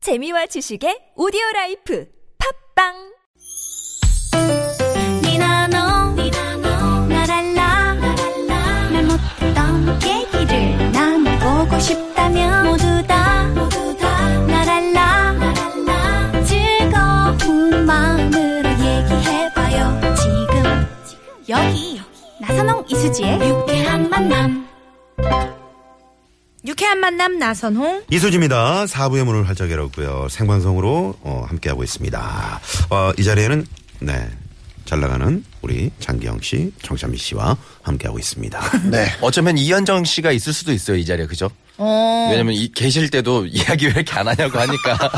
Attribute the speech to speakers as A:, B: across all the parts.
A: 재미와 지식의 오디오 라이프 팝빵
B: 니나노 나랄라 말 못했던 얘기를 나눠보고 싶다면 모두 다 나랄라 즐거운 마음으로 얘기해봐요 지금 여기 나선홍 이수지의 유쾌한 만남
C: 유쾌한 만남 나선홍.
D: 이수지입니다. 4부의 문을 활짝 열었고요. 생방송으로 어, 함께하고 있습니다. 어, 이 자리에는 네. 잘 나가는 우리 장기영 씨, 정찬미 씨와 함께하고 있습니다.
E: 네.
F: 어쩌면 이현정 씨가 있을 수도 있어요 이 자리에 그죠?
C: 어.
F: 왜냐면 이, 계실 때도 이야기 왜 이렇게 안 하냐고 하니까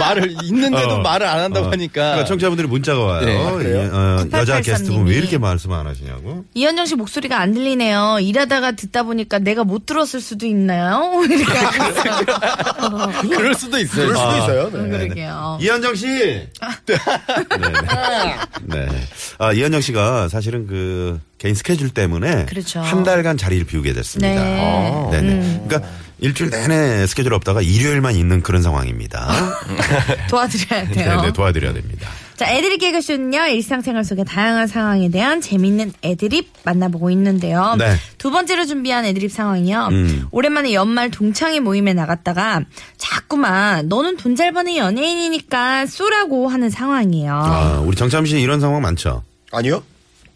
F: 말을 있는데도
D: 어.
F: 말을 안 한다고
D: 어,
F: 하니까
D: 그러니까 청취자분들이 문자가 와요.
F: 네.
E: 아, 그래요?
D: 이, 어,
C: 9883
D: 여자 게스트분 왜
C: 님이.
D: 이렇게 말씀 안 하시냐고.
C: 이현정 씨 목소리가 안 들리네요. 일하다가 듣다 보니까 내가 못 들었을 수도 있나요? 이렇게 하셨어요.
F: 그럴 수도 있어요.
E: 그럴 수도
F: 아,
E: 있어요. 네.
C: 그러게요.
D: 이현정 씨. 네.
C: 아.
D: 네. 네. 아, 이현정 씨가 사실은 그 개인 스케줄 때문에
C: 그렇죠.
D: 한 달간 자리를 비우게
C: 네.
D: 됐습니다. 네네. 그러니까 일주일 내내 스케줄 없다가 일요일만 있는 그런 상황입니다.
C: 도와드려야 돼요.
D: 네네 도와드려야 됩니다.
C: 자, 애드립 개그쇼는요, 일상생활 속의 다양한 상황에 대한 재밌는 애드립 만나보고 있는데요.
D: 네.
C: 두 번째로 준비한 애드립 상황이요. 오랜만에 연말 동창회 모임에 나갔다가 자꾸만 너는 돈 잘 버는 연예인이니까 쏘라고 하는 상황이에요.
D: 아, 우리 정참 씨 이런 상황 많죠?
E: 아니요?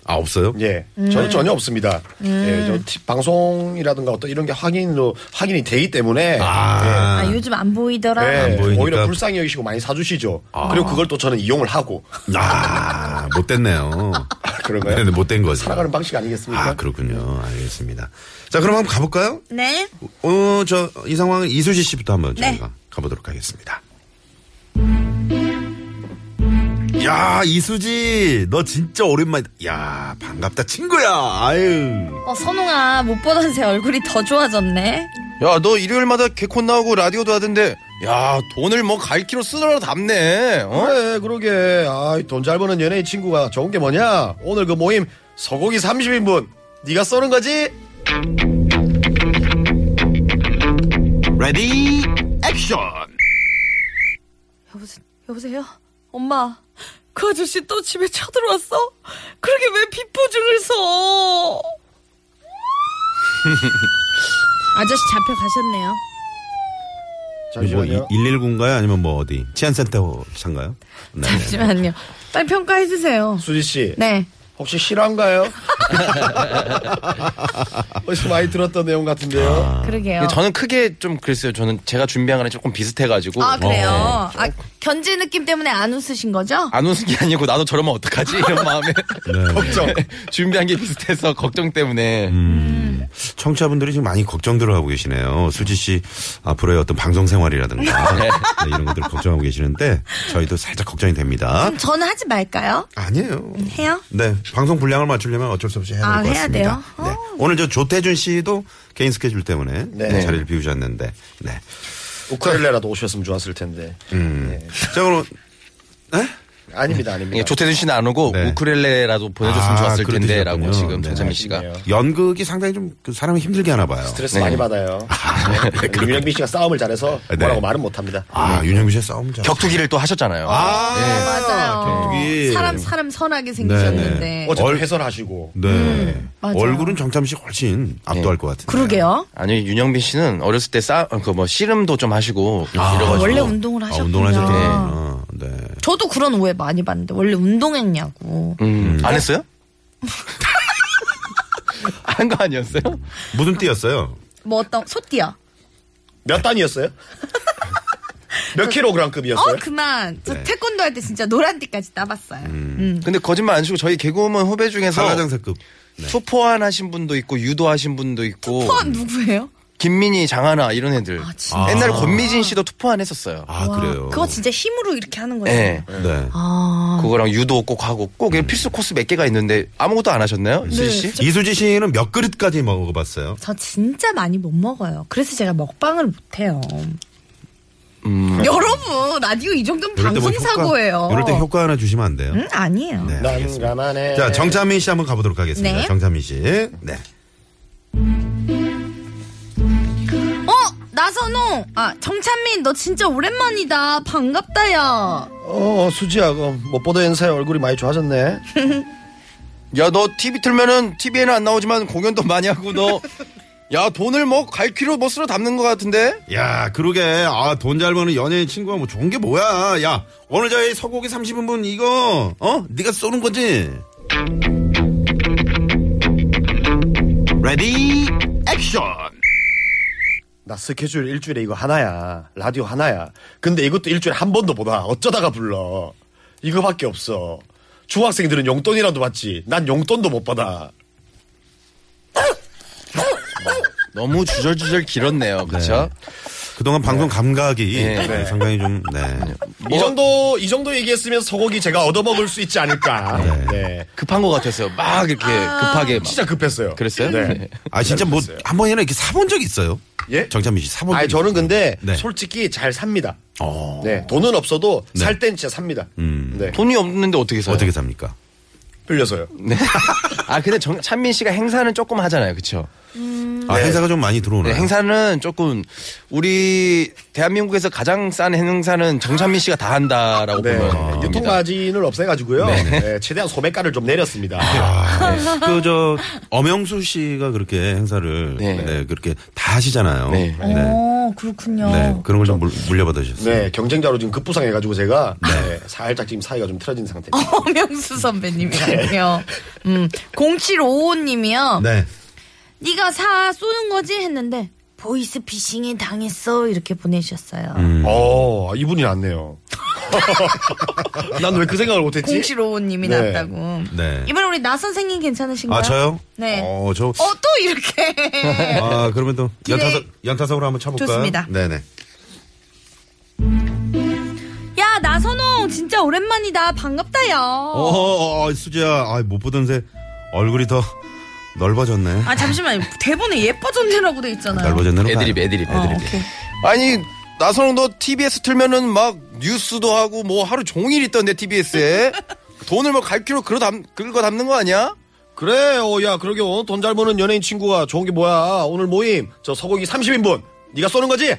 D: 아, 없어요?
E: 예. 저는 전혀 없습니다. 예. 저 티- 방송이라든가 어떤 이런 게 확인으로 확인이 되기 때문에
D: 아,
C: 아, 요즘 안 보이더라.
E: 예,
D: 안 보이니까.
E: 오히려 불쌍히 여기시고 많이 사주시죠. 그리고 그걸 또 저는 이용을 하고
D: 아, 못됐네요.
E: 예. 그런가요?
D: 네, 못된 거죠.
E: 살아가는 방식 아니겠습니까?
D: 아, 그렇군요. 알겠습니다. 자, 그럼 한번 가볼까요?
C: 네.
D: 어, 저, 이 상황은 이수지 씨부터 한번 저희가 가보도록 하겠습니다. 야, 이수지, 너 진짜 오랜만이다. 야, 반갑다, 친구야. 아유.
C: 어, 선홍아, 못 보던 새 얼굴이 더 좋아졌네.
F: 야 너 일요일마다 개콘 나오고 라디오도 하던데 야 돈을 뭐 갈키로 쓰느라 담네. 어?
E: 그래, 그러게. 아, 돈 잘 버는 연예인 친구가 좋은 게 뭐냐? 오늘 그 모임 소고기 30인분 네가 쏘는 거지?
D: 레디, 액션!
C: 여보세, 여보세요? 엄마, 그 아저씨 또 집에 쳐들어왔어? 그러게 왜 빚보증을 서? 아저씨 잡혀가셨네요.
D: 뭐
E: 잠시만요.
D: 119인가요? 아니면 뭐 어디? 치안센터 상가요? 네.
C: 잠시만요. 빨리 평가해주세요.
E: 수지 씨.
C: 네.
E: 혹시 실화인가요? 어디서 많이 들었던 내용
D: 아.
E: 같은데요.
C: 그러게요.
F: 근데 예, 저는 크게 좀 그랬어요. 저는 제가 준비한 거랑 조금 비슷해가지고
C: 아, 그래요?
F: 어.
C: 아, 견제 느낌 때문에 안 웃으신 거죠?
F: 안 웃은 게 아니고 나도 저러면 어떡하지 이런 마음에
D: 네.
F: 걱정 준비한 게 비슷해서 걱정 때문에
D: 음. 청취자분들이 지금 많이 걱정들을 하고 계시네요. 수지 씨 앞으로의 어떤 방송 생활이라든가 네, 이런 것들 걱정하고 계시는데 저희도 살짝 걱정이 됩니다.
C: 그럼 저는 하지 말까요?
D: 아니에요.
C: 해요?
D: 네, 방송 분량을 맞추려면 어쩔 수 없이 해야 될 것
C: 아, 해야
D: 같습니다.
C: 돼요?
D: 네. 오늘 저 조태준 씨도 개인 스케줄 때문에
E: 네.
D: 자리를 비우셨는데, 네.
E: 우크렐레라도 오셨으면 좋았을 텐데.
D: 자 그럼
E: 아닙니다, 아닙니다.
F: 예, 조태준 씨는 안 오고
D: 네.
F: 우크렐레라도
D: 아,
F: 보내줬으면 좋았을
D: 그렇게
F: 텐데라고
D: 되셨군요.
F: 지금
D: 네.
F: 정찬미 씨가
E: 아쉽네요.
D: 연극이 상당히 좀그 사람을 힘들게 하나 봐요.
E: 스트레스 많이 받아요. 유명빈 씨가 싸움을 잘해서
D: 네.
E: 뭐라고 말은 못합니다.
D: 아 윤영미 씨의 싸움 잘.
F: 격투기를 또 하셨잖아요.
D: 아
C: 맞아요.
D: 격투기.
C: 사람, 사람 선하게 생기셨는데.
D: 네.
E: 어제
D: 얼-
E: 해설하시고
D: 네.
C: 음, 맞아요.
D: 얼굴은 정참 씨 훨씬 압도할 것 같은데.
C: 그러게요.
F: 아니 윤영빈 씨는 어렸을 때싸그뭐 씨름도 좀 하시고 이래가지고 음.
C: 원래 운동을
D: 아,
C: 하셨군요.
D: 운동을 하셨구나. 네.
C: 저도 그런 오해 많이 받는데 원래 운동했냐고.
F: 음, 안 했어요? 한 거 아니었어요?
D: 무슨 띠였어요?
C: 뭐 어떤 소띠야?
E: 몇 단이었어요? 몇 킬로그램급이었어요?
C: 어 그만. 저
D: 네. 음.
C: 태권도 할 때 진짜 노란 띠까지 따봤어요. 음.
F: 근데 거짓말 안 치고 저희 개그우먼 후배 중에서
D: 사과장사급.
F: 투포환 하신 분도 있고 유도하신 분도
D: 뭐.
F: 있고
C: 포함 누구예요? 아,
F: 김민희, 장하나 이런 애들
C: 진짜?
F: 옛날 권미진 씨도 투포환 했었어요.
D: 아,
C: 와,
D: 그래요?
C: 그거 진짜 아, 힘으로 이렇게 하는 거예요.
F: 네.
D: 네.
F: 그거랑 유도 꼭 하고 꼭 이런 필수 코스 몇 개가 있는데 아무것도 안 하셨나요? 수지 씨?
D: 이수지 씨는 몇 그릇까지 먹어봤어요?
C: 저 진짜 많이 못 먹어요. 그래서 제가 먹방을 못 해요. 여러분 라디오 이 정도면
D: 음. 이럴 때뭐
C: 방송 사고예요.
D: 효과, 이럴 때 효과 하나 주시면 안 돼요?
C: 응 아니에요.
D: 네.
E: 음? 난
D: 알겠습니다.
E: 가만해.
D: 자, 정찬민 씨 한번 가보도록 하겠습니다.
C: 네.
D: 정찬민 씨. 네.
C: 어 나선홍, 아, 정찬민, 너 진짜 오랜만이다. 반갑다, 야.
E: 어, 수지야, 그, 못 보던 인사에 얼굴이 많이 좋아졌네.
F: 야 너 TV 틀면은 TV에는 안 나오지만 공연도 많이 하고 너 야 돈을 뭐 갈퀴로 뭐 쓸어 담는 것 같은데
D: 야, 그러게. 아, 돈 잘 버는 연예인 친구가 뭐 좋은 게 뭐야. 야, 오늘 저희 소고기 30인분 이거, 어? 네가 쏘는 거지? 레디, 액션!
E: 나 스케줄 일주일에 이거 하나야. 라디오 하나야. 근데 이것도 일주일에 한 번도 못 와. 어쩌다가 불러. 이거밖에 없어. 중학생들은 용돈이라도 받지. 난 용돈도 못 받아.
F: 너무 주절주절 길었네요 그쵸?
D: 그동안 방송 감각이
F: 네,
D: 네, 상당히 좀, 네.
E: 이 정도, 이 정도 얘기했으면 소고기 제가 얻어먹을 수 있지 않을까. 네.
F: 급한 것 같았어요 막 이렇게 급하게 막
E: 진짜 급했어요.
F: 그랬어요?
E: 네.
D: 아, 진짜 뭐,
E: 잘했어요.
D: 한 번이나 이렇게 사본 적 있어요?
E: 예?
D: 정찬민 씨 사본 적
E: 아니, 저는 근데
D: 네.
E: 솔직히 잘 삽니다.
D: 어,
E: 네. 돈은 없어도 살 땐 진짜 삽니다. 네.
F: 돈이 없는데 어떻게 사요?
D: 어떻게 삽니까?
E: 빌려서요.
F: 네. 아 근데 정, 찬민 씨가 행사는 조금 하잖아요 그쵸?
D: 아, 행사가 좀 많이 들어오나요?
F: 네, 행사는 조금 우리 대한민국에서 가장 싼 행사는 정찬민 씨가 다 한다라고
E: 네.
F: 보면 됩니다.
E: 유통 마진을 없애가지고요. 네, 최대한 소매가를 좀 내렸습니다.
D: 아,
F: 아,
D: 그 저 엄영수 씨가 그렇게 행사를
F: 네.
D: 네, 그렇게 다 하시잖아요.
F: 네.
D: 네. 네.
C: 어, 그렇군요.
D: 그런 걸 좀 물려받으셨어요.
E: 네, 경쟁자로 지금 급부상해가지고 제가 네, 살짝 지금 사이가 좀 틀어진 상태입니다.
C: 허명수 선배님이랑요. 음, 0755님이요.
D: 네.
C: 네가 사 쏘는 거지 했는데 보이스 피싱에 당했어 이렇게 보내셨어요.
D: 음.
E: 어, 이분이 낫네요. 난 왜 그 생각을 못했지?
C: 0755님이
E: 네.
C: 낫다고.
D: 네.
C: 이번에 우리 나 선생님 괜찮으신가요?
D: 아 저요?
C: 네. 어,
D: 어, 저.
C: 또 이렇게.
D: 아 그러면 또
C: 기대-
D: 연타석 연타석으로 한번 쳐볼까요?
C: 좋습니다.
D: 네네.
C: 야, 나선홍 진짜 오랜만이다. 반갑다, 야.
D: 어, 어, 어, 수지야, 아, 못 보던 새 얼굴이 더 넓어졌네.
C: 아, 잠시만. 대본에 예뻐졌네라고 돼 있잖아요.
D: 넓어졌네.
F: 애드립 애드립
C: 어,
F: 애드립
C: 오케이.
F: 아니 나선홍 너 TBS 틀면은 막 뉴스도 하고 뭐 하루 종일 있던데 TBS에 돈을 뭐 갈퀴로 긁어, 담, 긁어 담는 거 아니야?
E: 그래, 어, 야, 그러게, 어, 돈잘 버는 연예인 친구가 좋은 게 뭐야. 오늘 모임, 저 소고기 30인분, 네가 쏘는 거지?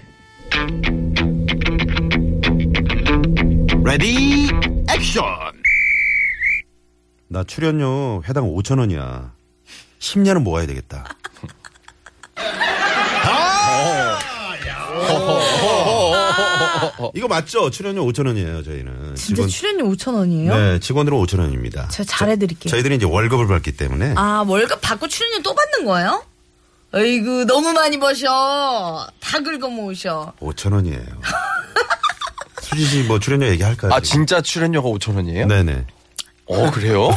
D: 레디 액션. 나 출연료 해당 5천 원이야. 10년은 모아야 되겠다.
C: 아!
D: 아! 이거 맞죠? 출연료 5천 원이에요, 저희는.
C: 진짜 출연료 5천 원이에요?
D: 네, 직원으로 5천 원입니다.
C: 제가 잘해드릴게요.
D: 저희들이 이제 월급을 받기 때문에
C: 아, 월급 받고 출연료 또 받는 거예요? 어이구, 너무 많이 버셔. 다 긁어 모으셔.
D: 5천 원이에요. 수지 씨 뭐 출연료 얘기할까요?
F: 아 진짜 출연료가 5천 원이에요?
D: 네네.
F: 어 그래요?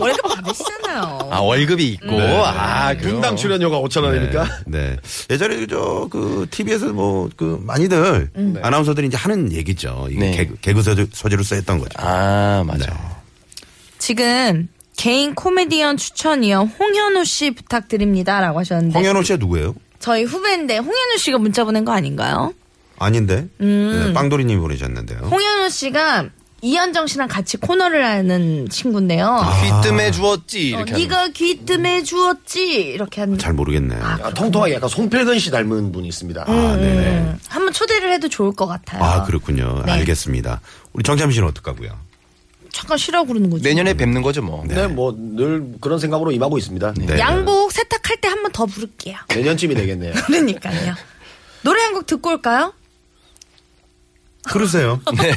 C: 월급 받으시잖아요.
F: 아 월급이 있고
D: 네.
F: 아 그래요?
E: 분당 출연료가 5천 원이니까.
F: 그러니까?
D: 네. 예전에 저 그 TV에서 뭐 그 많이들
C: 음. 네.
D: 아나운서들이 이제 하는 얘기죠. 이게
F: 네.
D: 개그, 개그 소재- 소재로 쓰였던 거죠.
F: 아 맞아.
D: 네.
C: 지금 개인 코미디언 추천이요. 홍현우 씨 부탁드립니다라고 하셨는데
D: 네. 홍현호 씨가 누구예요?
C: 저희 후배인데 홍현우 씨가 문자 보낸 거 아닌가요?
D: 아닌데. 네, 빵돌이님이 보내셨는데요.
C: 음. 홍현우 씨가 이현정 씨랑 같이 코너를 하는 친구인데요.
F: 귀뜸해 주었지
C: 어,
F: 아, 이렇게. 하는
C: 네가 귀뜸해 주었지 이렇게 하는
D: 잘 모르겠네요.
E: 아, 통통하게 약간 송필근 씨 닮은 분이 있습니다.
D: 아, 네네.
C: 음, 한번 초대를 해도 좋을 것 같아요.
D: 아, 그렇군요.
C: 네.
D: 알겠습니다. 우리 정참 씨는 어떡하고요?
C: 잠깐 쉬라고 그러는 거죠.
F: 내년에 뵙는 거죠 뭐.
E: 네, 뭐 늘 그런 생각으로 임하고 있습니다.
D: 네.
C: 양복 세탁할 때 한 번 더 부를게요.
E: 내년쯤이 되겠네요.
C: 그러니까요. 노래 한 곡 듣고 올까요?
D: 그러세요. 네.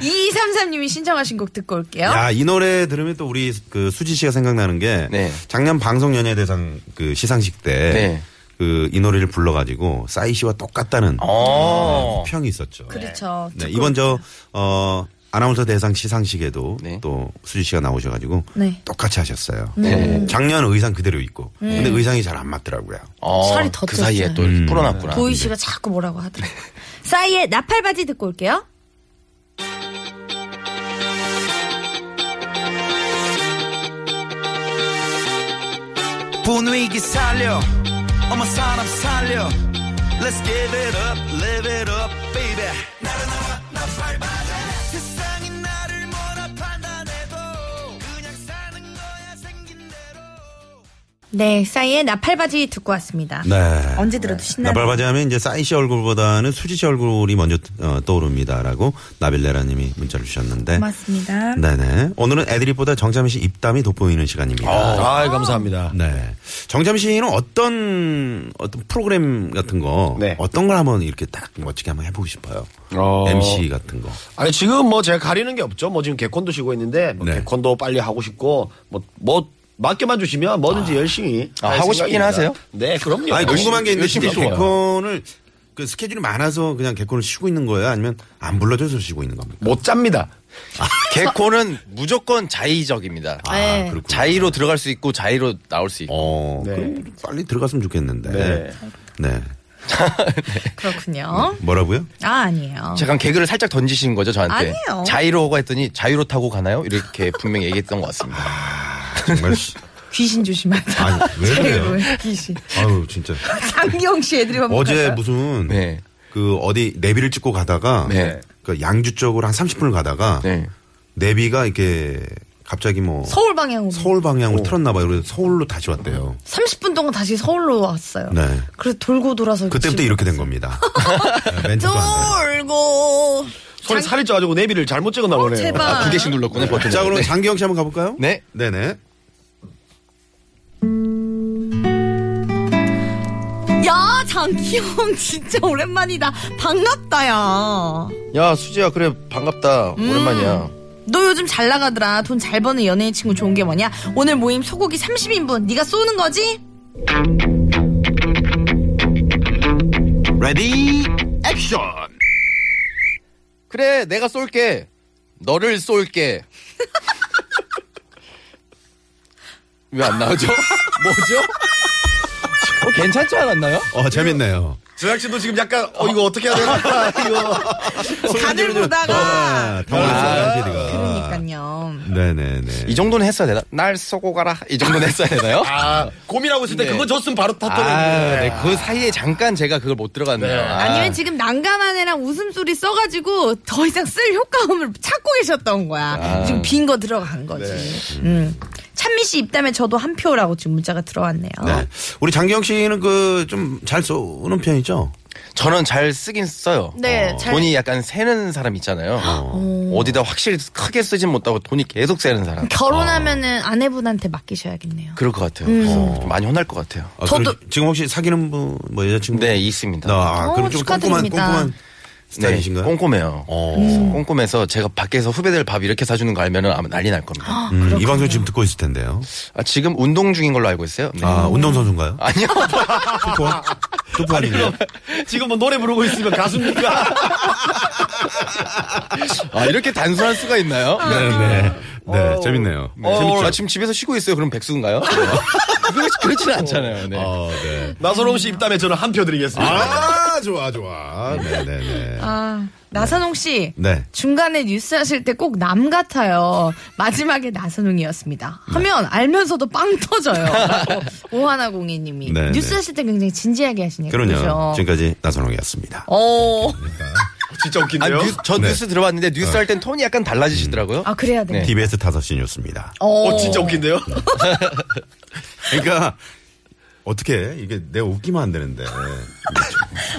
C: 2233님이 신청하신 곡 듣고 올게요.
D: 야, 이 노래 들으면 또 우리 그 수지 씨가 생각나는 게
F: 네.
D: 작년 방송 연예대상 그 시상식 때
F: 네.
D: 그 이 노래를 불러가지고 싸이 씨와 똑같다는
F: 어.
D: 평이 있었죠.
C: 그렇죠.
D: 네,
C: 듣고
D: 이번 저, 어, 아나운서 대상 시상식에도
F: 네.
D: 또 수지 씨가 나오셔가지고
C: 네.
D: 똑같이 하셨어요.
F: 네.
D: 작년 의상 그대로 입고. 근데 의상이 잘 안 맞더라고요.
F: 어,
C: 살이 더
F: 그
C: 쪘어요.
F: 사이에 또
D: 음.
F: 풀어놨구나.
C: 도희 씨가 자꾸 뭐라고 하더라고요. 싸이의 나팔바지 듣고 올게요.
G: 분위기 살려 어머 사람 살려 Let's give it up, live it up, baby 나른나와 나팔바다 세상이 나를 뭐라 판단해도 그냥 사는 거야 생긴 대로
C: 네, 싸이의 나팔바지 듣고 왔습니다.
D: 네.
C: 언제 들어도 신나는.
D: 나발바지 하면 이제 싸이 씨 얼굴보다는 수지 씨 얼굴이 먼저 어, 떠오릅니다라고 나빌레라 님이 문자를 주셨는데.
C: 고맙습니다.
D: 네네. 오늘은 애드립보다 정자미 씨 입담이 돋보이는
F: 어.
D: 시간입니다.
E: 아, 감사합니다.
D: 네. 정자미 씨는 어떤 어떤 프로그램 같은 거
E: 네.
D: 어떤 걸 한번 이렇게 딱 멋지게 한번 해보고 싶어요.
E: 어.
D: MC 같은 거.
E: 아니 지금 뭐 제가 가리는 게 없죠. 뭐 지금 개콘도 쉬고 있는데 뭐
D: 네.
E: 개콘도 빨리 하고 싶고 뭐 뭐 맡겨만 주시면 뭐든지 열심히
F: 아,
E: 할
F: 하고
E: 생각입니다.
F: 싶긴 하세요?
E: 네, 그럼요.
D: 아니 궁금한 게 있는데
E: 열심히
D: 지금
E: 해요.
D: 개콘을 그 스케줄이 많아서 그냥 개콘을 쉬고 있는 거예요? 아니면 안 불러줘서 쉬고 있는 겁니까?
E: 못 잡니다.
F: 개코는 무조건 자의적입니다.
D: 아,
C: 네.
D: 그렇군요.
F: 자의로 들어갈 수 있고 자의로 나올 수 있고.
D: 어,
E: 네.
D: 그럼 빨리 들어갔으면 좋겠는데.
E: 네.
D: 네.
C: 그렇군요.
D: 뭐라고요?
C: 아, 아니에요.
F: 잠깐 개그를 살짝 던지신 거죠 저한테.
C: 아니에요.
F: 자의로 하고 했더니 자의로 타고 가나요? 이렇게 분명히 얘기했던 것 같습니다.
D: 정말 씨-
C: 귀신 조심하자.
D: 아니, 왜 그래요?
C: 제일 귀신.
D: 아유 진짜
C: 장기영 씨 애들이 막
D: 어제
C: 못하다.
D: 무슨
F: 네.
D: 그 어디 내비를 찍고 가다가
F: 네.
D: 그 양주 쪽으로 한 30분을 가다가
F: 네.
D: 내비가 이렇게 갑자기 뭐
C: 서울 방향으로
D: 서울 방향으로 틀었나 봐요. 그래서 서울로 다시 왔대요.
C: 30분 동안 다시 서울로 왔어요.
D: 네.
C: 그래서 돌고 돌아서
D: 그때부터
C: 집에
D: 이렇게 된 겁니다. 네, 멘트도 안
C: 돌고
E: 손에 살이 쪄가지고 내비를 잘못 찍었나 보네요.
C: 어, 제발.
F: 아, 두 개씩 눌렀군요
D: 돼.
F: 버튼.
D: 자, 그럼 장기영 씨 한번 가볼까요?
F: 네.
D: 네네.
C: 야 장기영 진짜 오랜만이다 반갑다 야너
F: 야 수지야 그래 반갑다
C: 음.
F: 오랜만이야.
C: 요즘 잘 나가더라 돈 잘 버는 연예인 친구 좋은 게 뭐냐 오늘 모임 소고기 30인분 네가 쏘는 거지?
G: 레디 액션
F: 그래 내가 쏠게. 너를 쏠게. 왜 안 나오죠? 뭐죠? 어, 괜찮지 않았나요?
D: 어 재밌네요.
E: 제작진도 지금 약간 어 이거 어떻게 해야 되나 이거
C: 다들 보다가
D: 아, 당황했어요, PD가.
C: 그러니까요
D: 네네네.
F: 이 정도는 했어야 되나? 날 쏘고 가라. 이 정도는 했어야 되나요?
E: 아 고민하고 있을 때
F: 네.
E: 그거 줬으면 바로
F: 아,
E: 탔더니
F: 네. 그 사이에 잠깐 제가 그걸 못 들어갔네요.
E: 네.
F: 아.
C: 아니면 지금 난감한 애랑 웃음소리 써가지고 더 이상 쓸 효과음을 찾고 계셨던 거야.
D: 아.
C: 지금 빈 거 들어간 거지.
D: 네.
C: 음. 찬미 씨 입담에 저도 한 표라고 지금 문자가 들어왔네요.
D: 네. 우리 장기영 씨는 그 좀 잘 쏘는 편이죠?
F: 저는 잘 쓰긴 써요.
C: 네,
F: 어.
C: 잘-
F: 돈이 약간 새는 사람 있잖아요. 어. 디다 확실히 크게 쓰진 못하고 돈이 계속 새는 사람.
C: 결혼하면은 아내분한테 맡기셔야겠네요.
F: 그럴 것 같아요.
C: 음.
F: 어, 좀 많이 혼날 것 같아요.
D: 아,
C: 저도-
D: 그럼 지금 혹시 사귀는 분, 뭐 여자친구?
F: 네, 있습니다.
D: 아,
C: 어,
D: 그럼 좀 꼼꼼한,
C: 축하드립니다.
D: 꼼꼼한
F: 네,
D: 스타일이신가요?
F: 꼼꼼해요. 음,
D: 어.
F: 꼼꼼해서 제가 밖에서 후배들 밥 이렇게 사주는 거 알면은 아마 난리 날 겁니다.
D: 음, 이 방송 지금 듣고 있을 텐데요.
F: 아, 지금 운동 중인 걸로 알고 있어요. 네.
D: 아, 운동선수인가요?
F: 아니요.
D: 투포? 투포 아니에요?
E: 지금 뭐 노래 부르고 있으면 가수입니까?
F: 아, 이렇게 단순할 수가 있나요?
C: 아.
D: 네네. 네, 재밌네요. 네.
F: 어, 오늘 아침 집에서 쉬고 있어요. 그럼 백수인가요? 그렇지, 그렇진 않잖아요. 네.
D: 어, 네.
E: 나선홍 씨 입담에 저는 한 표 드리겠습니다.
D: 아, 좋아, 좋아. 네네네.
C: 아, 나선홍 씨.
D: 네.
C: 중간에 뉴스 하실 때 꼭 남 같아요. 마지막에 나선홍이었습니다.
D: 네.
C: 하면 알면서도 빵 터져요. 오하나공인님이.
D: 네,
C: 뉴스
D: 네.
C: 하실 때 굉장히 진지하게 하시니까.
D: 그럼요.
C: 그죠?
D: 지금까지 나선홍이었습니다.
C: 어.
E: 진짜
F: 아,
E: 웃긴데요.
F: 뉴스, 저
D: 네.
F: 뉴스 들어봤는데 뉴스 할 땐 톤이 약간 달라지시더라고요.
C: 아, 그래야 돼.
F: 네.
D: TBS 5시 뉴스입니다.
E: 어 진짜 웃긴데요.
D: 그러니까, 어떻게, 이게 내가 웃기면 안 되는데.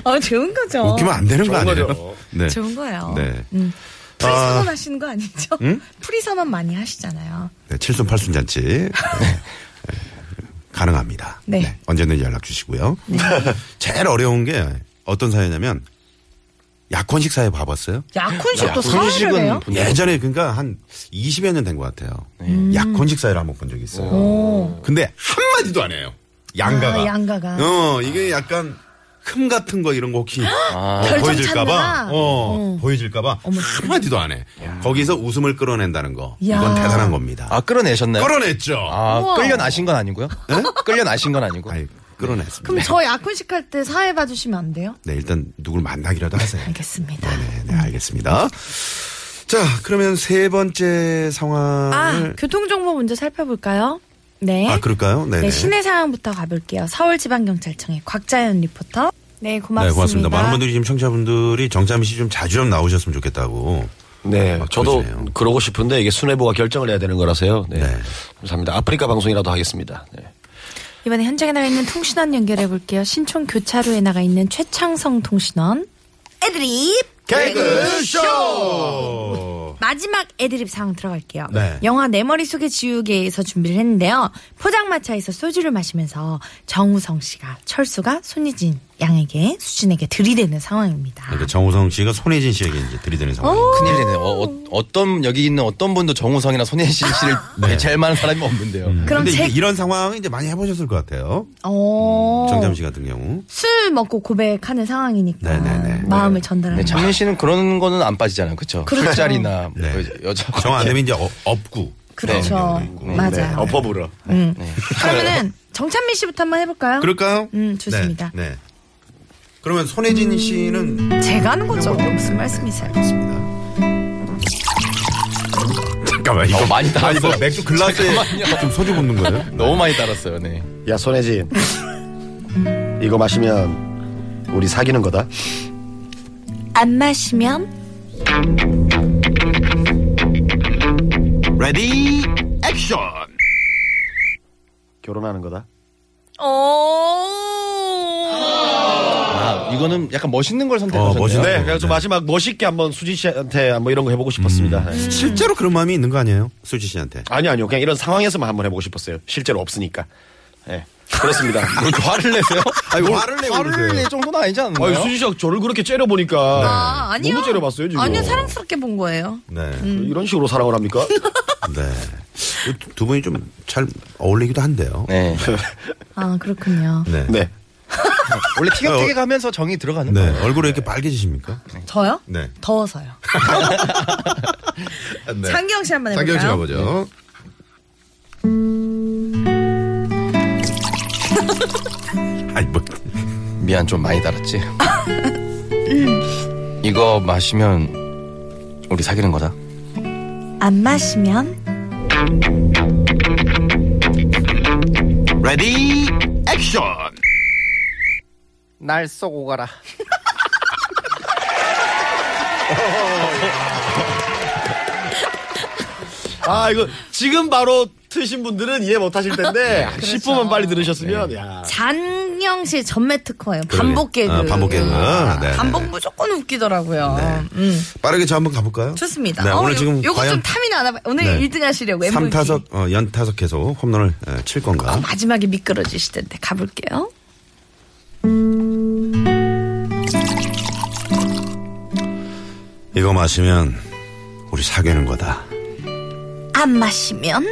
C: 아, 좋은 거죠.
D: 웃기면 안 되는 거
E: 좋은 거죠.
D: 아니에요? 네.
C: 좋은 거예요.
D: 네.
C: 음. 프리선언 하시는 거 아니죠? 프리선언 많이 하시잖아요.
D: 네, 칠순 팔순 잔치 네, 네, 가능합니다.
C: 네.
D: 네, 언제든지 연락 주시고요. 제일 어려운 게 어떤 사회냐면 약혼식 사회 봐봤어요?
C: 약혼식도 사회를 해요?
F: 분식은
D: 예전에 그러니까 한 20여 년 된 것 같아요.
F: 네. 음.
D: 약혼식 사회를 한번 본 적이 있어요. 근데 한 마디도 안 해요. 양가가.
C: 아, 양가가.
D: 어 이게 약간 흠 같은 거 이런 거 혹시
F: 아,
D: 어,
C: 아, 결정
D: 보여질까봐
C: 찾느라?
D: 어, 보여질까봐 한 마디도 안 해. 거기서 웃음을 끌어낸다는 거 이건
C: 야.
D: 대단한 겁니다.
F: 아, 끌어내셨나요?
D: 끌어냈죠.
F: 아, 끌려나신 건 아니고요? 끌려나신 건 아니고.
D: 아니, 끌어냈습니다.
C: 그럼 저 약혼식 할 때 사회 봐주시면 안 돼요?
D: 네, 일단 누굴 만나기라도 하세요.
C: 알겠습니다.
D: 네, 네, 알겠습니다. 자, 그러면 세 번째 상황을
C: 아, 교통정보 먼저 살펴볼까요? 네.
D: 아, 그럴까요? 네네.
C: 네, 시내 상황부터 가볼게요. 서울지방경찰청의 곽자연 리포터. 네, 고맙습니다.
D: 네, 고맙습니다. 많은 분들이 지금 청취자분들이 정자미 씨 좀 자주 좀 나오셨으면 좋겠다고.
E: 네,
D: 막
E: 저도
D: 그러시네요.
E: 그러고 싶은데 이게 수뇌부가 결정을 해야 되는 거라서요. 네.
D: 네.
E: 감사합니다. 아프리카 방송이라도 하겠습니다. 네.
C: 이번에 현장에 나가 있는 통신원 연결해 볼게요. 신촌 교차로에 나가 있는 최창성 통신원. 애드립
D: 개그쇼!
C: 마지막 애드립 상황 들어갈게요.
D: 네.
C: 영화 내 머릿속에 지우개에서 준비를 했는데요. 포장마차에서 소주를 마시면서 정우성 씨가 철수가 손희진 양에게 수진에게 들이대는 상황입니다.
D: 그러니까 정우성 씨가 손혜진 씨에게 이제 들이대는 상황.
F: 큰일 되네. 어, 떤 여기 있는 어떤 분도 정우성이나 손예진 씨를 배제할 만한 사람이 없는데요.
C: 그럼
D: 근데
C: 제
D: 이게 이런 상황 이제 많이 해보셨을 것 같아요.
C: 어...
D: 음, 정잠 씨 같은 경우.
C: 술 먹고 고백하는 상황이니까
D: 네네네.
C: 마음을 전달하는
F: 네, 장민 씨는 그런 거는 안 빠지잖아요. 그렇죠?
C: 그렇죠.
F: 술자리나 뭐
D: 네.
F: 여- 여자
D: 정 안 되면 이제 어, 업고.
C: 그렇죠.
D: 네, 있고.
E: 네,
C: 맞아요.
E: 엎어불어.
F: 음.
C: 그러면은 정찬민 씨부터 한번 해볼까요?
D: 그럴까요?
C: 음, 좋습니다. 음.
D: 네. 네. 그러면 손혜진 씨는
C: 제가 하는 거죠. 무슨 말씀이세요?
D: 있습니다. 잠깐만 이거
F: 어, 많이 따라
D: 아니 뭐 맥주 글라스에 좀 소주 붓는 거예요?
F: 너무 많이 따랐어요. 네.
E: 야 손혜진 이거 마시면 우리 사귀는 거다.
B: 안 마시면
G: 레디 액션
E: 결혼하는 거다.
F: 아, 이거는 약간 멋있는 걸
D: 어,
F: 선택하셨네요.
D: 멋있네.
E: 네,
D: 네.
E: 그래서 마지막 멋있게 한번 수진 씨한테 한번 이런 거 해보고 싶었습니다. 네.
D: 실제로 그런 마음이 있는 거 아니에요? 수지 씨한테.
E: 아니요, 아니요. 그냥 이런 상황에서만 한번 해보고 싶었어요. 실제로 없으니까. 예. 그렇습니다.
F: 아, 그렇게 화를 내세요?
D: 아니,
F: 뭘
D: 화를 내고
F: 화를
D: 그러세요.
F: 낼 정도는 아니지 않나요?
E: 아니, 수진 씨가 저를 그렇게 째려보니까.
C: 아, 아니요.
E: 너무 째려봤어요, 지금.
C: 아니요, 사랑스럽게 본 거예요.
D: 네.
E: 이런 식으로 사랑을 합니까?
D: 네. 두- 두 분이 좀 잘 어울리기도 한데요.
F: 네.
C: 아, 그렇군요.
D: 네.
E: 네.
F: 원래 티격태격 하면서 정이 들어가는
D: 네.
F: 거예요.
D: 얼굴이 이렇게 빨개지십니까?
C: 저요?
D: 네.
C: 더워서요. 장기영 씨 한번
D: 장경 씨
C: 해볼까요?
D: 네. 가보죠. 네. 아니 뭐
F: 미안 좀 많이 달았지. 이거 마시면 우리 사귀는 거다.
B: 안 마시면
G: 레디 액션
F: 날 쏘고 가라.
E: 아, 이거 지금 바로 트신 분들은 이해 못하실 텐데. 10분만 빨리 들으셨으면. 야.
C: 장기영 씨 전매 특허예요. 반복 개그.
D: 아, 반복 개그.
C: 아,
D: 네, 네,
C: 반복
D: 네.
C: 무조건 웃기더라고요. 음,
D: 빠르게 저 한번 가볼까요?
C: 좋습니다.
D: 네,
C: 어,
D: 오늘
C: 요-
D: 지금
C: 요거
D: 과연
C: 좀 탐이 나나 봐요. 오늘
D: 네.
C: 1등 하시려고. MVP.
D: 3타석 어, 연타석해서 홈런을 에, 칠 건가?
C: 마지막에 미끄러지시던데 가볼게요.
D: 이거 마시면 우리 사귀는 거다.
B: 안 마시면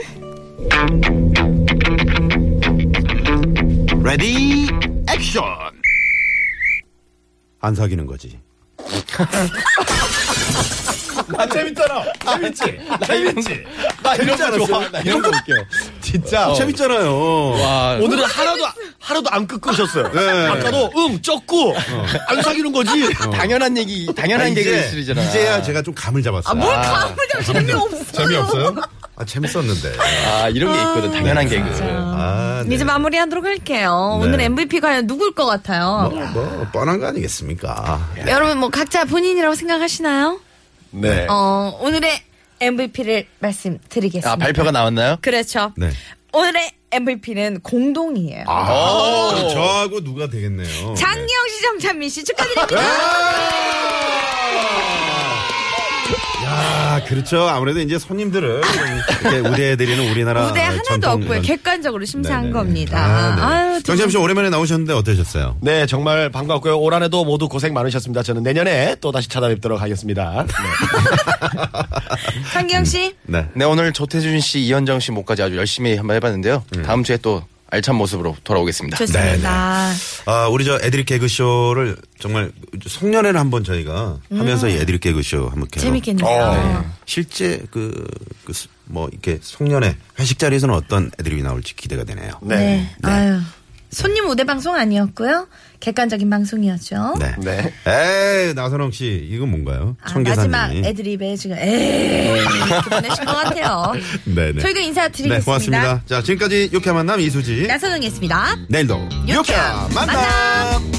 G: 레디 액션
D: 안 사귀는 거지.
E: 아, 재밌잖아. 재밌지? 재밌지?
F: 나 이런 거 좋아. 나 이런 거 웃겨.
D: 어.
E: 진짜.
D: 재밌잖아요.
F: 와,
E: 오늘은 하나도, 하나도 안 끄끄셨어요. 아까도 응, 쪘고, 안 사귀는 거지.
F: 당연한 얘기, 당연한 개그 시리즈잖아.
D: 어. 아,
F: 아,
D: 이제야 제가 좀 감을 잡았어요.
C: 아, 뭘 가보자. 재미없어.
D: 아, 재미없어요? 아 재밌었는데.
F: 아, 이런 게 있거든. 당연한
D: 네,
F: 개그.
D: 아, 네.
C: 이제 마무리하도록 할게요.
D: 네.
C: 오늘 MVP 과연 누굴 것 같아요?
D: 뭐, 뭐 뻔한 거 아니겠습니까? 네.
C: 여러분 뭐 각자 본인이라고 생각하시나요?
E: 네.
C: 어, 오늘의 MVP를 말씀드리겠습니다.
F: 아, 발표가 나왔나요?
C: 그렇죠.
D: 네.
C: 오늘의 MVP는 공동이에요.
D: 아,
F: 어.
D: 그럼 저하고 누가 되겠네요.
C: 장기영 씨, 정찬민 씨 축하드립니다.
D: 네. 야, 그렇죠. 아무래도 이제 손님들을 좀 이렇게 우대해드리는 우리나라
C: 무대 하나도
D: 네. 전통
C: 없고요.
D: 이런-
C: 객관적으로 심사한
D: 네네네.
C: 겁니다.
D: 아,
C: 아유,
D: 네. 정시엽 씨 오랜만에 나오셨는데 어떠셨어요?
E: 네, 정말 반갑고요. 올 한해도 모두 고생 많으셨습니다. 저는 내년에 또 다시 찾아뵙도록 하겠습니다. 네.
C: 장기영 씨.
D: 네.
F: 네, 오늘 조태준 씨, 이현정 씨 목까지 아주 열심히 한번 해봤는데요. 다음 주에 또 알찬 모습으로 돌아오겠습니다.
C: 좋습니다.
D: 아, 우리 저 애드립 개그쇼를 정말 송년회를 한번 저희가 하면서 이 애드립 개그쇼 한번 계속.
C: 음. 재밌겠네요. 어.
D: 네. 실제 그, 그, 수- 뭐 이렇게 송년회 회식 자리에서는 어떤 애드립이 나올지 기대가 되네요.
E: 네.
C: 네. 아유. 손님 우대 방송 아니었고요. 객관적인 방송이었죠.
D: 네.
E: 네.
D: 에이, 나선홍 씨, 이건 뭔가요?
C: 아,
D: 청계산이.
C: 마지막 애드립에 지금 에이 이렇게 보내신 것 같아요.
D: 네네.
C: 저희가 인사드리겠습니다. 네.
D: 네, 고맙습니다. 자, 지금까지 유쾌한 만남 이수지.
C: 나선영이었습니다.
D: 내일도 유쾌한 만남!